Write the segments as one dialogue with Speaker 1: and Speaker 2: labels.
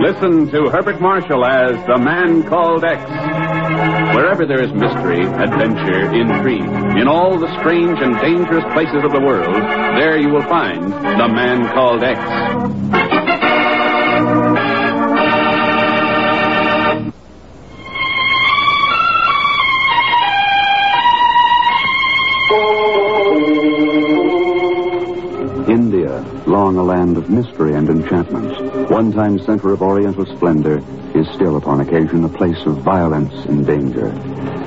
Speaker 1: Listen to Herbert Marshall as The Man Called X. Wherever there is mystery, adventure, intrigue, in all the strange and dangerous places of the world, there you will find The Man Called X.
Speaker 2: India, long a land of mystery and enchantments, one time center of Oriental splendor, is still upon occasion a place of violence and danger.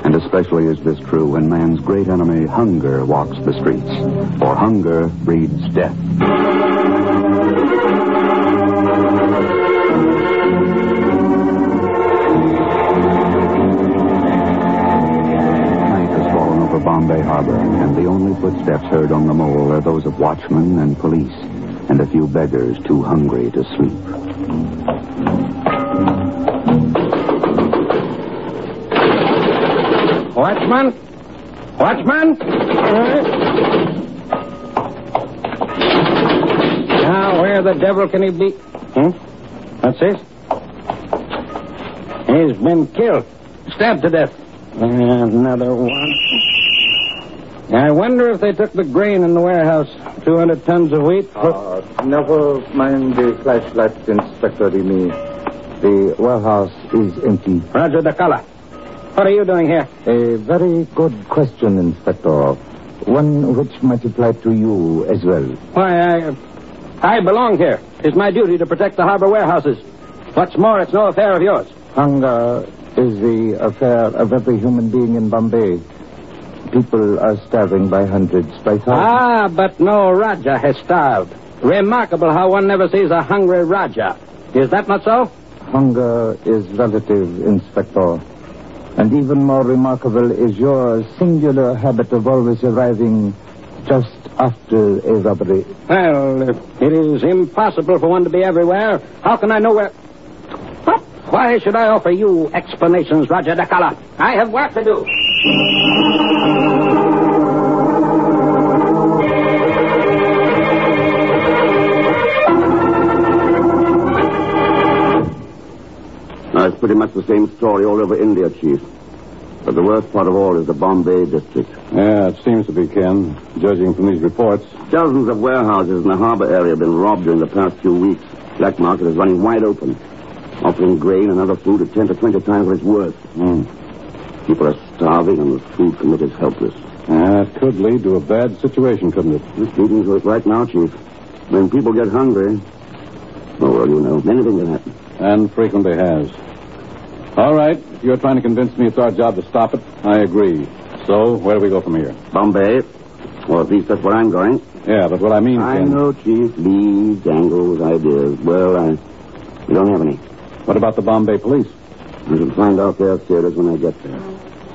Speaker 2: And especially is this true when man's great enemy, hunger, walks the streets. For hunger breeds death. Night has fallen over Bombay Harbor, and the only footsteps heard on the mole are those of watchmen and police, and a few beggars too hungry to sleep.
Speaker 3: Watchman? Watchman? Now, where the devil can he be? Hmm? What's this? He's been killed. Stabbed to death. Another one. I wonder if they took the grain in the warehouse. 200 tons of wheat.
Speaker 4: Uh, never mind the flashlight, Inspector Remy. The warehouse is empty.
Speaker 3: Roger the collar. What are you doing here?
Speaker 4: A very good question, Inspector. One which might apply to you as well.
Speaker 3: Why, I. I belong here. It's my duty to protect the harbor warehouses. What's more, it's no affair of yours.
Speaker 4: Hunger is the affair of every human being in Bombay. People are starving by hundreds, by thousands.
Speaker 3: Ah, but no Raja has starved. Remarkable how one never sees a hungry Raja. Is that not so?
Speaker 4: Hunger is relative, Inspector. And even more remarkable is your singular habit of always arriving just after a robbery.
Speaker 3: Well, it is impossible for one to be everywhere. How can I know where. What? Why should I offer you explanations, Roger Dacala? I have work to do.
Speaker 5: Now, it's pretty much the same story all over India, Chief. But the worst part of all is the Bombay district.
Speaker 6: Yeah, it seems to be, Ken, judging from these reports.
Speaker 5: Dozens of warehouses in the harbor area have been robbed during the past few weeks. Black market is running wide open, offering grain and other food at 10 to 20 times what it's worth. People are starving, and the food commit is helpless.
Speaker 6: Yeah, that could lead to a bad situation, couldn't it?
Speaker 5: It's leading to it right now, Chief. When people get hungry, oh, well, you know, anything can happen.
Speaker 6: And frequently has. All right, if you're trying to convince me it's our job to stop it, I agree. So, where do we go from here?
Speaker 5: Bombay, or at least that's where I'm going.
Speaker 6: Yeah, but what I mean,
Speaker 5: I
Speaker 6: Ken,
Speaker 5: know, Chief. Leads, angles, ideas. Well, I, I don't have any.
Speaker 6: what about the Bombay police?
Speaker 5: I shall find out their theaters when I get there.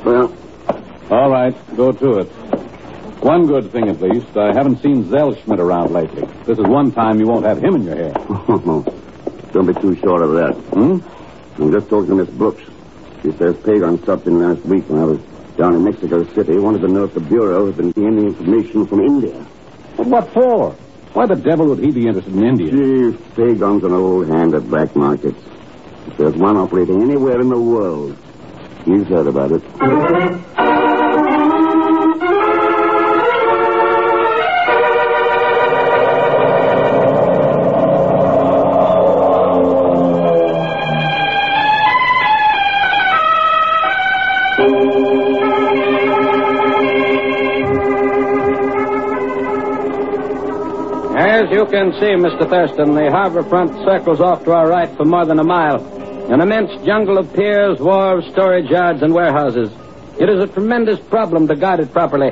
Speaker 5: Well,
Speaker 6: All right, go to it. One good thing, at least, I haven't seen Zellschmidt around lately. This is one time you won't have him in your hair.
Speaker 5: Oh, don't be too sure of that.
Speaker 6: Hmm?
Speaker 5: I'm just talking to Miss Brooks. She says Pagon stopped in last week when I was down in Mexico City. Wanted to know if the Bureau had been getting any information from India.
Speaker 6: But what for? Why the devil would he be interested in India?
Speaker 5: Chief, Pagon's an old hand at black markets. If there's one operating anywhere in the world, he's heard about it.
Speaker 3: As you can see, Mr. Thurston, the harbor front circles off to our right for more than a mile. An immense jungle of piers, wharves, storage yards, and warehouses. It is a tremendous problem to guard it properly.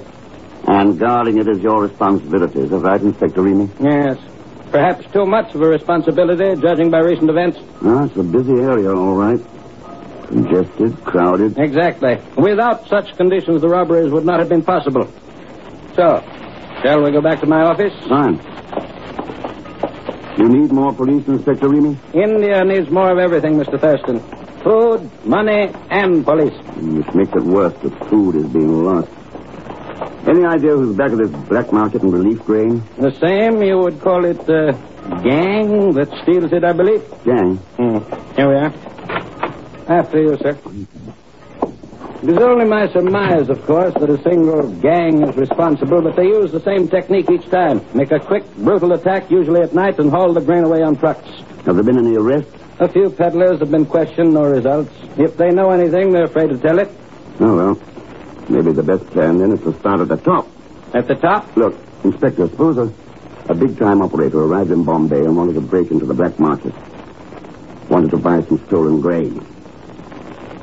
Speaker 5: And guarding it is your responsibility. Is that right, Inspector Remy?
Speaker 3: Yes. Perhaps too much of a responsibility, judging by recent events.
Speaker 5: No, it's a busy area, all right. Congested, crowded.
Speaker 3: Exactly. Without such conditions, the robberies would not have been possible. So, shall we go back to my office?
Speaker 5: Fine. You need more police, Inspector Remy?
Speaker 3: India needs more of everything, Mr. Thurston. Food, money, and police.
Speaker 5: Which makes it worse. The food is being lost. Any idea who's back of this black market and relief grain?
Speaker 3: The same, you would call it uh, Gang that steals it, I believe.
Speaker 5: Gang.
Speaker 3: Hmm. Here we are. After you, sir. It is only my surmise, of course, that a single gang is responsible, but they use the same technique each time. Make a quick, brutal attack, usually at night, and haul the grain away on trucks.
Speaker 5: Have there been any arrests?
Speaker 3: A few peddlers have been questioned, no results. If they know anything, they're afraid to tell it.
Speaker 5: Oh, well. Maybe the best plan then is to start at the top.
Speaker 3: At the top,
Speaker 5: Look, Inspector, suppose a, a big time operator arrived in Bombay and wanted to break into the black market. Wanted to buy some stolen grain.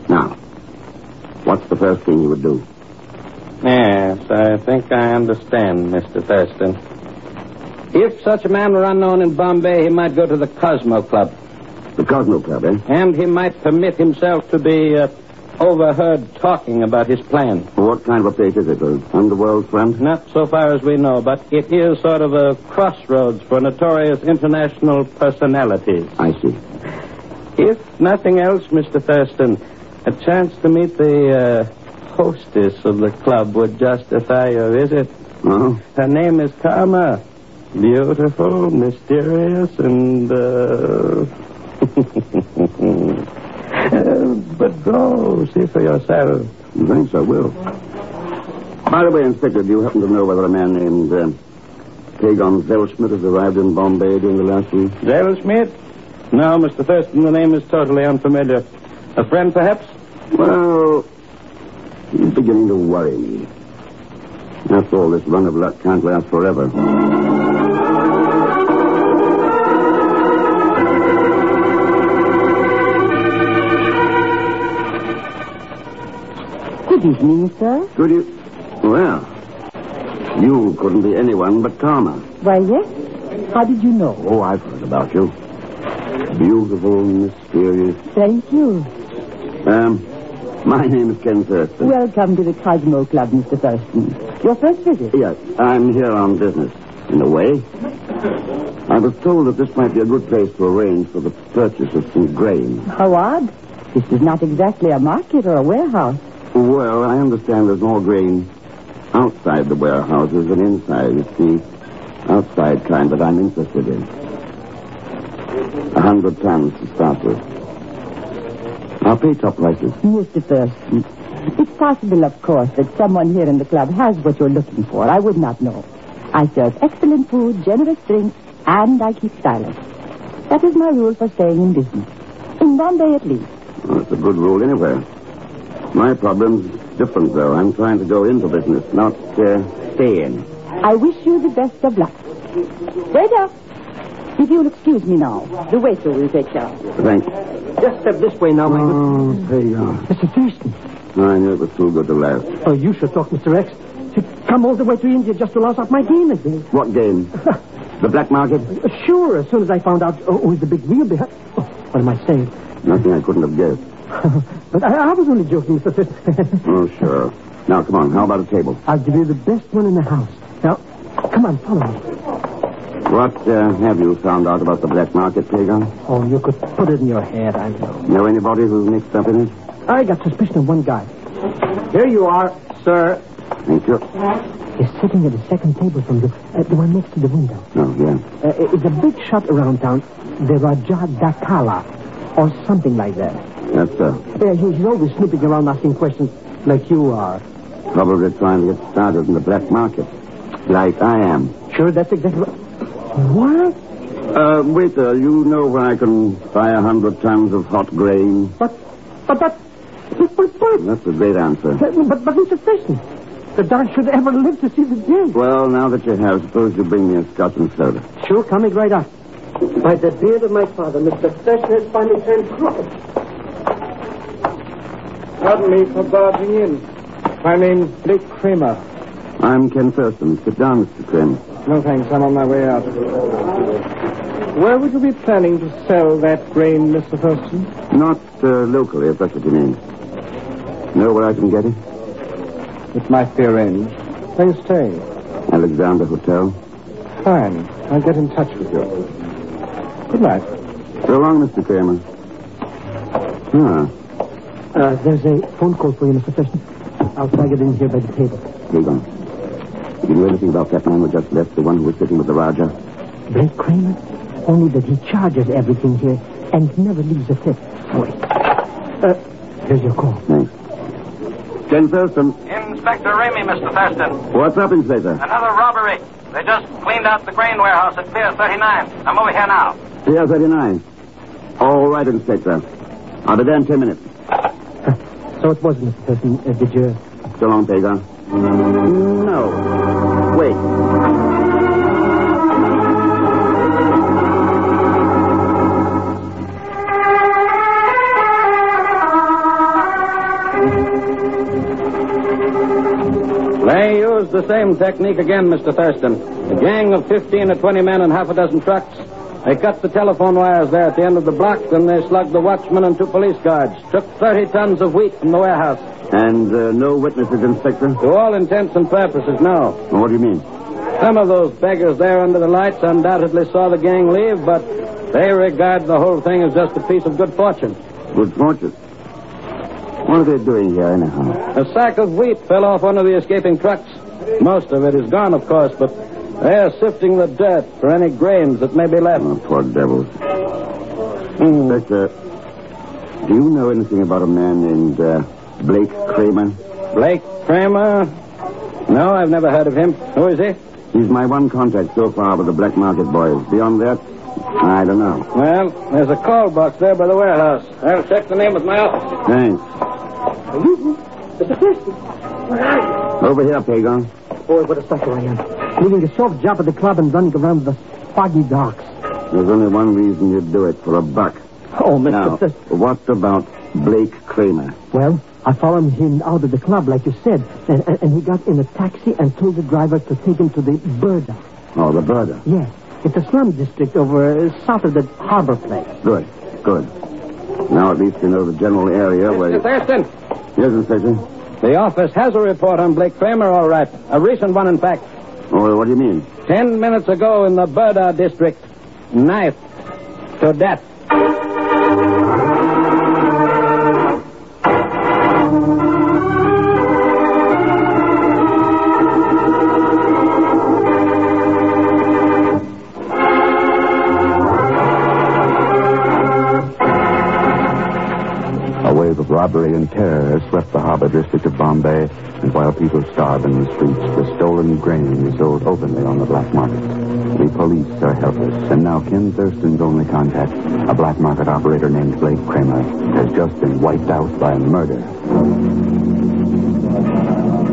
Speaker 5: Now, what's the first thing you would do?
Speaker 3: Yes, I think I understand, Mr. Thurston. If such a man were unknown in Bombay, he might go to the Cosmo Club,
Speaker 5: The Cosmo Club, eh?
Speaker 3: and he might permit himself to be uh, overheard talking about his plan.
Speaker 5: What kind of a place is it? An underworld front?
Speaker 3: Not so far as we know, but it is sort of a crossroads for notorious international personalities.
Speaker 5: I see.
Speaker 3: If nothing else, Mr. Thurston, a chance to meet the uh, hostess of the club would justify your visit.
Speaker 5: Oh?
Speaker 3: Her name is Karma. Beautiful, mysterious, and, uh... uh, but go, see for yourself.
Speaker 5: Thanks, I will. By the way, Inspector, do you happen to know whether a man named uh, Kagon Zellschmidt has arrived in Bombay during the last week?
Speaker 3: Daryl Schmidt? No, Mr. Thurston, the name is totally unfamiliar. A friend, perhaps?
Speaker 5: Well, he's beginning to worry me. After all, this run of luck can't last forever.
Speaker 7: Good evening, sir.
Speaker 5: Could you? e- Well, you couldn't be anyone but Karma.
Speaker 7: Why, yes. How did you know?
Speaker 5: Oh, I've heard about you. Beautiful, mysterious.
Speaker 7: Thank you.
Speaker 5: Um, my name is Ken Thurston.
Speaker 7: Welcome to the Cosmo Club, Mr. Thurston. Your first visit?
Speaker 5: Yes, I'm here on business, in a way. I was told that this might be a good place to arrange for the purchase of some grain.
Speaker 7: How odd. This is not exactly a market or a warehouse.
Speaker 5: Well, I understand there's more grain outside the warehouses than inside. It's the outside kind that I'm interested in. A hundred tons to start with. I'll pay top prices.
Speaker 7: Mr. Thurston, it's possible, of course, that someone here in the club has what you're looking for. I would not know. I serve excellent food, generous drinks, and I keep silent. That is my rule for staying in business. In Bombay, at least.
Speaker 5: Well, it's a good rule anywhere. My problem's different, though. I'm trying to go into business, not uh, stay in.
Speaker 7: I wish you the best of luck. Waiter, if you'll excuse me now, the waiter will take care.
Speaker 5: Thanks.
Speaker 3: Just step this way now, my
Speaker 5: Oh, there you are.
Speaker 8: Mr. Thurston,
Speaker 5: I knew it was too good to last.
Speaker 8: oh, you should talk, Mr. Rex. To come all the way to India just to louse up my game again.
Speaker 5: What game? the black market?
Speaker 8: Sure, as soon as I found out uh, who was the big wheel behind. Oh, what am I saying?
Speaker 5: Nothing I couldn't have guessed.
Speaker 8: but I, I was only joking, Mr. Thurston.
Speaker 5: Oh, sure. Now, come on. How about a table?
Speaker 8: I'll give you the best one in the house. Now, come on, follow me.
Speaker 5: What uh, have you found out about the black market, Pagan?
Speaker 8: Oh, you could put it in your head, I know.
Speaker 5: Know anybody who's mixed up in it?
Speaker 8: I got suspicion of one guy. Here you are, sir.
Speaker 5: Thank you.
Speaker 8: He's sitting at the second table from the, uh, the one next to the window.
Speaker 5: Oh, yeah.
Speaker 8: Uh, it's a big shop around town, the Raja Dakala, or something like that.
Speaker 5: Yes, sir.
Speaker 8: Uh, he- he's always snooping around asking questions like you are.
Speaker 5: Probably trying to get started in the black market. Like I am.
Speaker 8: Sure, that's exactly what. What?
Speaker 5: Uh, waiter, you know where I can buy a hundred tons of hot grain?
Speaker 8: But, but that. But, but, but,
Speaker 5: That's a great answer.
Speaker 8: but, but Mr. Thurston, the dog should ever live to see the day.
Speaker 5: Well, now that you have, suppose you bring me a scotch and soda.
Speaker 8: Sure, coming right up. By the beard of my father, Mr. Thurston has finally turned crooked.
Speaker 3: Pardon me for barging in. My name's Blake Kramer.
Speaker 5: I'm Ken Thurston. Sit down, Mr. Krim.
Speaker 3: No thanks, I'm on my way out. Where would you be planning to sell that grain, Mr. Thurston?
Speaker 5: Not uh, locally, if that's what you mean. Know where I can get it?
Speaker 3: It might be arranged. Where are you staying?
Speaker 5: Alexander Hotel.
Speaker 3: Fine. I'll get in touch with you. Good night.
Speaker 5: So long, Mr. Kramer. Ah,
Speaker 8: Uh, there's a phone call for you, Mr. Thurston. I'll tag it in here by the table.
Speaker 5: Pagan. Did you know anything about that man who just left, the one who was sitting with the Raja?
Speaker 8: Blake Kramer? Only that he charges everything here and never leaves a cent for it. Uh, there's your call.
Speaker 5: Ken Thurston.
Speaker 9: Inspector Ramey, Mr. Thurston.
Speaker 5: What's up, Inspector?
Speaker 9: Another robbery. They just cleaned out the grain warehouse at Pier 39. I'm over here now.
Speaker 5: Pier 39. All right, Inspector. I'll be there in ten minutes.
Speaker 8: So it wasn't Mr. Thurston. Uh, did you?
Speaker 5: So long, Pagan. No. Wait.
Speaker 3: They used the same technique again, Mr. Thurston. A gang of 15 or 20 men and half a dozen trucks. They cut the telephone wires there at the end of the block, then they slugged the watchman and two police guards. Took 30 tons of wheat from the warehouse.
Speaker 5: And uh, no witnesses, Inspector?
Speaker 3: To all intents and purposes, no.
Speaker 5: What do you mean?
Speaker 3: Some of those beggars there under the lights undoubtedly saw the gang leave, but they regard the whole thing as just a piece of good fortune.
Speaker 5: Good fortune. What are they doing here, anyhow?
Speaker 3: A sack of wheat fell off one of the escaping trucks. Most of it is gone, of course, but they're sifting the dirt for any grains that may be left.
Speaker 5: Oh, poor devils. Hmm. Inspector, do you know anything about a man named uh, Blake Kramer?
Speaker 3: Blake Kramer? No, I've never heard of him. Who is he?
Speaker 5: He's my one contact so far with the black market boys. Beyond that, I don't know.
Speaker 3: Well, there's a call box there by the warehouse. I'll check the name with my office.
Speaker 5: Thanks.
Speaker 10: Mr. Thurston, where are you?
Speaker 5: Over here, Pagon.
Speaker 8: Boy, what a sucker I am. Leaving a soft job at the club and running around the foggy docks.
Speaker 5: There's only one reason you'd do it for a buck.
Speaker 8: Oh, Mr.
Speaker 5: Now,
Speaker 8: Thurston.
Speaker 5: what about Blake Kramer?
Speaker 8: Well, I followed him out of the club, like you said, and, and, and he got in a taxi and told the driver to take him to the Burda.
Speaker 5: Oh, the brother.
Speaker 8: Yes, it's a slum district over uh, south of the harbor place.
Speaker 5: Good, good. Now at least you know the general area where
Speaker 3: Mr.
Speaker 5: you...
Speaker 3: Thurston,
Speaker 5: Yes, Inspector.
Speaker 3: the office has a report on Blake Kramer, all right. A recent one, in fact.
Speaker 5: Oh, what do you mean?
Speaker 3: Ten minutes ago in the Burda district, knifed to death.
Speaker 2: A wave of robbery and terror has swept the harbor district of Bombay, and while people starve in the streets, the stolen grain is sold openly on the black market. The police are helpless, and now Ken Thurston's only contact, a black market operator named Blake Kramer, has just been wiped out by murder.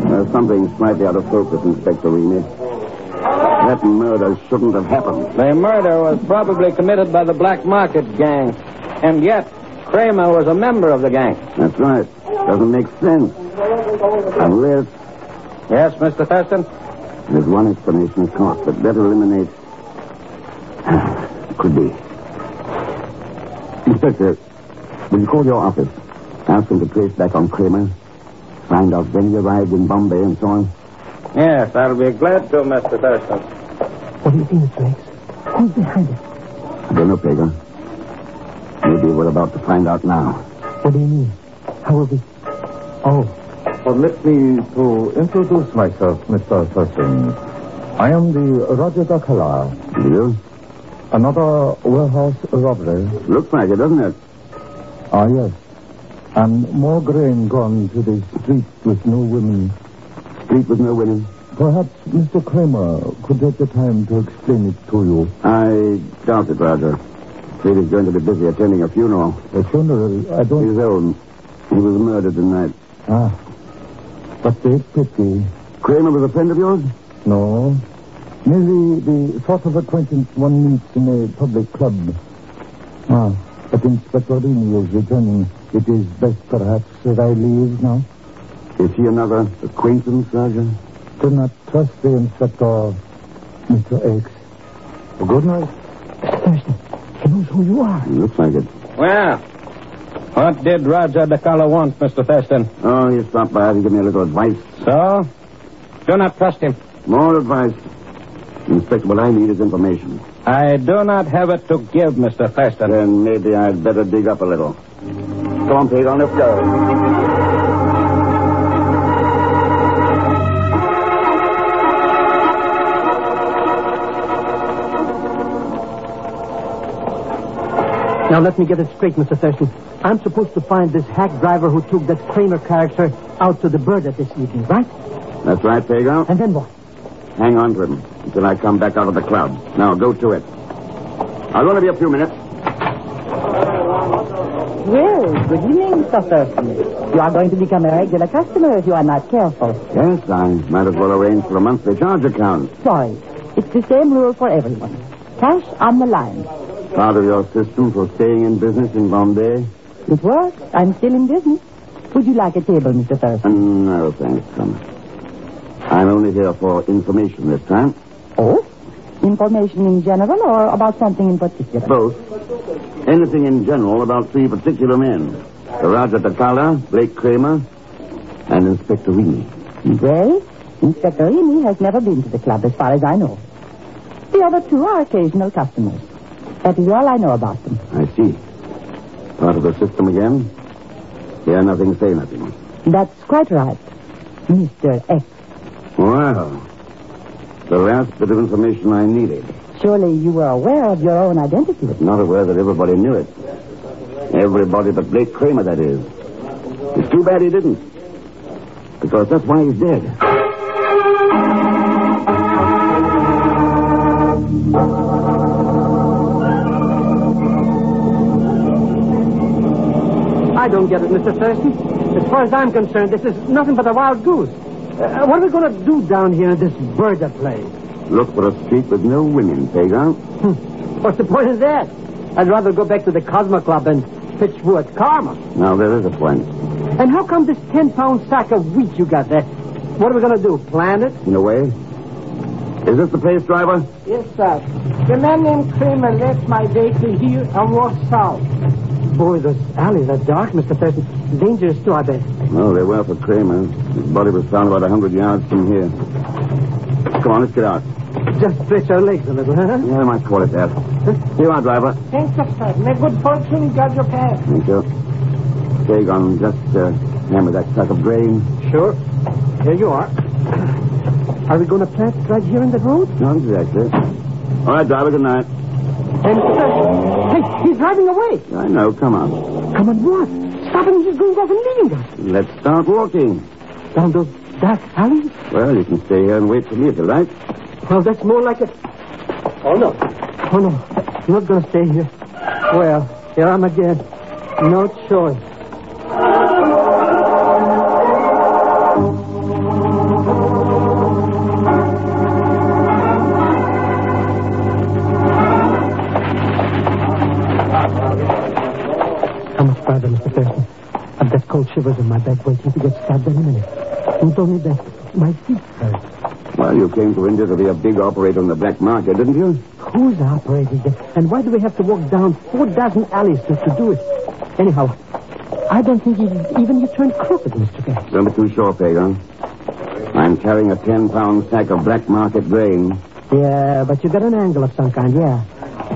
Speaker 5: There's something slightly out of focus, Inspector Remy. That murder shouldn't have happened.
Speaker 3: The murder was probably committed by the black market gang, and yet Kramer was a member of the gang.
Speaker 5: That's right. Doesn't make sense. Unless
Speaker 3: Yes, Mr. Thurston?
Speaker 5: there's one explanation, of course, but that eliminates. Could be. Inspector, will you call your office? Ask them to trace back on Kramer. Find out when he arrived in Bombay and so on.
Speaker 3: Yes, I'll be glad to, Mr. Thurston.
Speaker 8: What do you think, Flex? Who's behind it?
Speaker 5: I don't know, Pagan. Maybe we're about to find out now.
Speaker 8: What do you mean? How will we? Oh,
Speaker 4: Permit me to introduce myself, Mr. Thurston. I am the Roger Dakala,
Speaker 5: You?
Speaker 4: another warehouse robbery.
Speaker 5: Looks like it, doesn't it?
Speaker 4: Ah, yes. And more grain gone to the street with no women.
Speaker 5: Street with no women.
Speaker 4: Perhaps Mr. Kramer could take the time to explain it to you.
Speaker 5: I doubt it, Roger. Fred is going to be busy attending a funeral.
Speaker 4: The funeral, I don't...
Speaker 5: His own. He was murdered tonight.
Speaker 4: Ah. But they pity.
Speaker 5: Kramer was a friend of yours?
Speaker 4: No. Merely Oh. the sort of acquaintance one meets in a public club. Ah, but Inspector Rini is returning. It is best, perhaps, that I leave now.
Speaker 5: Is he another acquaintance, Roger?
Speaker 4: Do not trust the Inspector, Mr. X. Good night.
Speaker 8: Thurston, he knows who you are.
Speaker 5: Looks like it.
Speaker 3: Well, what did Roger DeCala want, Mr. Thurston?
Speaker 5: Oh, he stopped by to give me a little advice.
Speaker 3: So? Do not trust him.
Speaker 5: More advice. Inspector, what I need is information.
Speaker 3: I do not have it to give, Mr. Thurston.
Speaker 5: Then maybe I'd better dig up a little. Come on, Pagan, let's go.
Speaker 8: Now, let me get it straight, Mr. Thurston. I'm supposed to find this hack driver who took that Kramer character out to the bird at this evening, right?
Speaker 5: That's right, Pago.
Speaker 8: And then what?
Speaker 5: Hang on to him until I come back out of the club. Now, go to it. I'll only be a few minutes.
Speaker 7: Well, good evening, Mr. Thurston. You are going to become a regular customer if you are not careful.
Speaker 5: Yes, I might as well arrange for a monthly charge account.
Speaker 7: Sorry. It's the same rule for everyone. Cash on the line.
Speaker 5: Part of your system for staying in business in Bombay?
Speaker 7: It works. I'm still in business. Would you like a table, Mr. Thurston?
Speaker 5: No, thanks, Thomas. I'm only here for information this time.
Speaker 7: Oh? Information in general or about something in particular?
Speaker 5: Both. Anything in general about three particular men. Sir Roger Takala, Blake Kramer, and Inspector Weenie.
Speaker 7: Well, Inspector Rini has never been to the club as far as I know. The other two are occasional customers. That is all I know about them.
Speaker 5: I see. Part of the system again? Hear nothing, say nothing.
Speaker 7: That's quite right. Mr. X,
Speaker 5: Well, the last bit of information I needed.
Speaker 7: surely you were aware of your own identity.
Speaker 5: But not aware that everybody knew it. Everybody but Blake Kramer, that is. It's too bad he didn't. Because that's why he's dead.
Speaker 8: I don't get it, Mr. Thurston. As far as I'm concerned, this is nothing but a wild goose. Uh, what are we going to do down here in this birder place? Hmm.
Speaker 5: Look for a street with no women, Pagan.
Speaker 8: What's the point of that? I'd rather go back to the Cosmo Club and pitch wood karma.
Speaker 5: Now, there is a point.
Speaker 8: And how come this 10 pound sack of wheat you got there? What are we going to do? Plant it?
Speaker 5: In a way. Is this the place, driver?
Speaker 11: Yes, sir. The man named Kramer left my vehicle here and walked south.
Speaker 8: Boy, those alleys are dark, Mr. Thurston. Dangerous, too, I bet.
Speaker 5: No, they were for Kramer. His body was found about a hundred yards from here. Come on, let's get out.
Speaker 8: Just stretch our legs a little, huh?
Speaker 5: Yeah, I might call it that. You are, driver.
Speaker 11: Thanks, sir. May good fortune guard your path.
Speaker 5: Thank you. Dagon, just uh, hand me that sack of grain.
Speaker 8: Sure. Here you are. Are we going to plant right here in the road?
Speaker 5: Not exactly. All right, driver, good night.
Speaker 8: And Thurston. Hey, he's driving away.
Speaker 5: I know, come on.
Speaker 8: Come on, what? Stopping his going off and leaving us.
Speaker 5: Let's start walking.
Speaker 8: Down those dark alleys?
Speaker 5: Well, you can stay here and wait for me if you like.
Speaker 8: Well, that's more like a. Oh, no. Oh, no. You're going to stay here. Well, here I'm again. No choice. How much farther, Mr. Thurston? I've got cold shivers in my back waiting to get stabbed any minute. Who told me that? My feet hurt.
Speaker 5: Well, you came to India to be a big operator in the black market, didn't you?
Speaker 8: Who's operating it? And why do we have to walk down four dozen alleys just to do it? Anyhow, I don't think he- even you turned crooked, Mr. Gant.
Speaker 5: Don't be too sure, Pagan. I'm carrying a ten-pound sack of black market grain.
Speaker 8: Yeah, but you got an angle of some kind, yeah.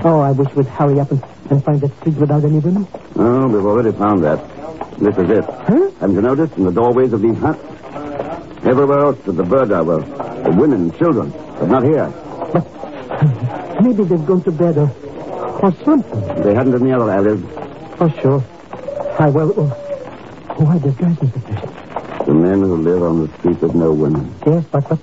Speaker 8: Oh, I wish we'd hurry up and, and find that street without any women.
Speaker 5: Oh, we've already found that. This is it.
Speaker 8: Huh?
Speaker 5: Haven't you noticed in the doorways of these huts? Everywhere else but the bird are well, the women, children, but not here.
Speaker 8: Maybe they've gone to bed or, or something.
Speaker 5: They hadn't in the other alleys.
Speaker 8: Oh, sure. I well, oh, why the guys, Mr. Fish?
Speaker 5: The men who live on the street with no women.
Speaker 8: Yes, but what?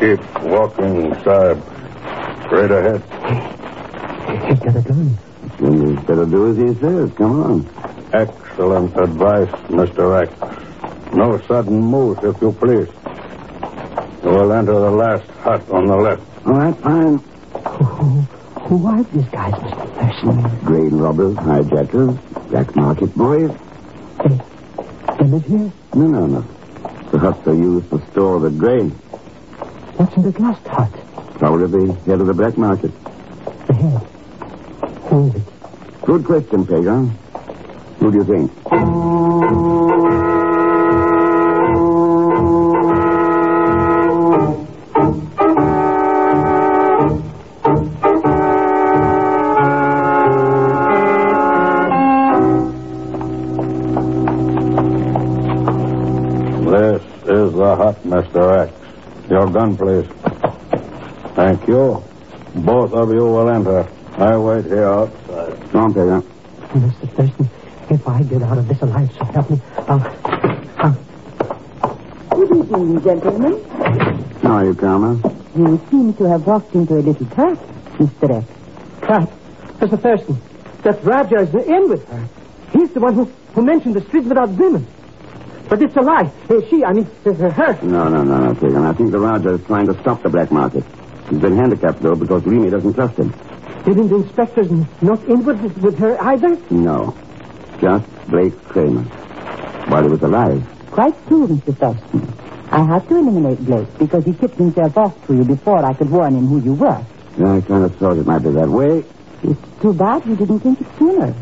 Speaker 12: Keep walking, Saab. Straight ahead.
Speaker 8: He's got a gun.
Speaker 5: Then you'd better do as he says. Come on.
Speaker 12: Excellent advice, Mr. X. No sudden moves, if you please. We'll enter the last hut on the left.
Speaker 5: All right, fine.
Speaker 8: Who, who, who are these guys, Mr. Thurston?
Speaker 5: Grain robbers, hijackers, black market boys.
Speaker 8: They live here?
Speaker 5: No, no, no. The huts are used to store the grain.
Speaker 8: What's in the last hut?
Speaker 5: Probably the head of the black market.
Speaker 8: The head. Who is it?
Speaker 5: Good question, Pagan. Who do you think?
Speaker 12: This is the hut, Mr. X. Your gun, please. Thank you. Both of you will enter. I wait here outside.
Speaker 5: I'll pay that.
Speaker 8: Mr. Thurston, if I get out of this alive, so help me, I'll...
Speaker 7: Good evening, gentlemen.
Speaker 5: How are you, Carmen?
Speaker 7: You seem to have walked into a little trap, Mr. X.
Speaker 8: Trap? Mr. Thurston, that Roger is in with her. He's the one who, who mentioned the street without women. But it's a lie. Uh, She, I mean, uh, her.
Speaker 5: No, no, no, no, Keegan. I think the Rajah is trying to stop the black market. He's been handicapped, though, because Remy doesn't trust him.
Speaker 8: Didn't the inspectors not in with, with her either?
Speaker 5: No. Just Blake Kramer. While he was alive.
Speaker 7: Quite true, Mr. Thurston. I had to eliminate Blake because he tipped himself off to you before I could warn him who you were.
Speaker 5: Yeah, I kind of thought it might be that way.
Speaker 7: Too bad you didn't think it sooner.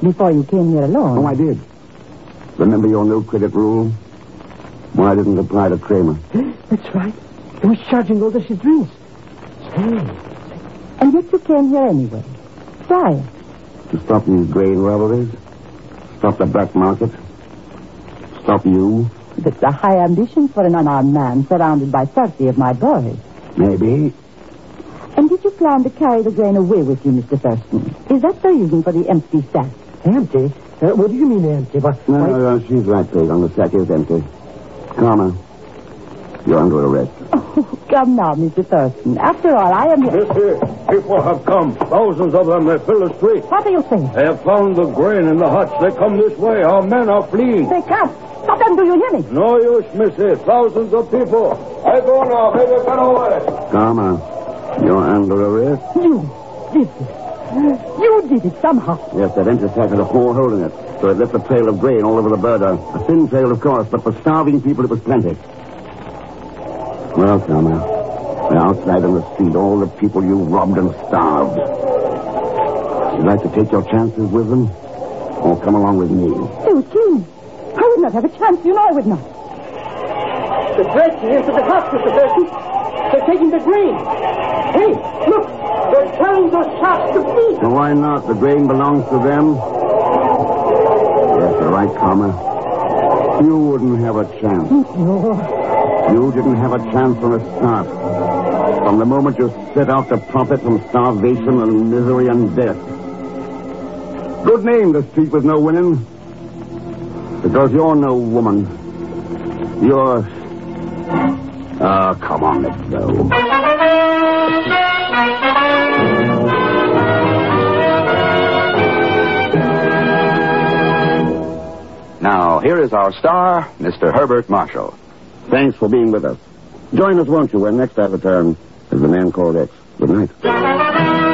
Speaker 7: Before you came here alone.
Speaker 5: Oh, I did. Remember your no credit rule? Why didn't it apply to Kramer?
Speaker 8: That's right. He was charging all that she drinks.
Speaker 7: And yet you came here anyway. Why?
Speaker 5: To stop these grain robberies? Stop the black market? Stop you?
Speaker 7: That's a high ambition for an unarmed man surrounded by 30 of my boys.
Speaker 5: Maybe.
Speaker 7: And did you plan to carry the grain away with you, Mr. Thurston? Is that the reason for the empty sack?
Speaker 8: Empty? what do you mean empty? What,
Speaker 5: No, no, no, she's right, Craig. On the sack is empty. Karma, you're under arrest.
Speaker 7: Come now, Mr. Thurston. After all, I am here.
Speaker 12: Mister, people have Oh, come. Thousands of them. They fill the street.
Speaker 7: What do you think?
Speaker 12: They have found the grain in the huts. They come this way. Our men are fleeing.
Speaker 7: They can't. Stop them, do you hear me?
Speaker 12: No use, missy. Thousands of people. I go now. They will get away.
Speaker 5: Karma, you're under arrest?
Speaker 7: You did this. You did it somehow.
Speaker 5: Yes, that empty sack had a small hole in it, so it left a trail of grain all over the border. A thin trail, of course, but for starving people it was plenty. Well, Karma, we're outside on the street, all the people you robbed and starved. You'd like to take your chances with them? Or come along with me?
Speaker 7: They would kill me. Oh, I would not have a chance. You know I would not.
Speaker 10: The dredging into the house, Mr. Burton. They're taking the grain. Hey, look. They're telling those sharks to feed.
Speaker 5: So why not? The grain belongs to them. Yes, you're right, Karma. You wouldn't have a chance. You didn't have a chance from the start. From the moment you set out to profit from starvation and misery and death. Good name, the street with no women. Because you're no woman. You're. Ah, come on, let's go.
Speaker 2: Now, here is our star, Mr. Herbert Marshall.
Speaker 5: Thanks for being with us. Join us, won't you, when next I return as the man called X. Good night.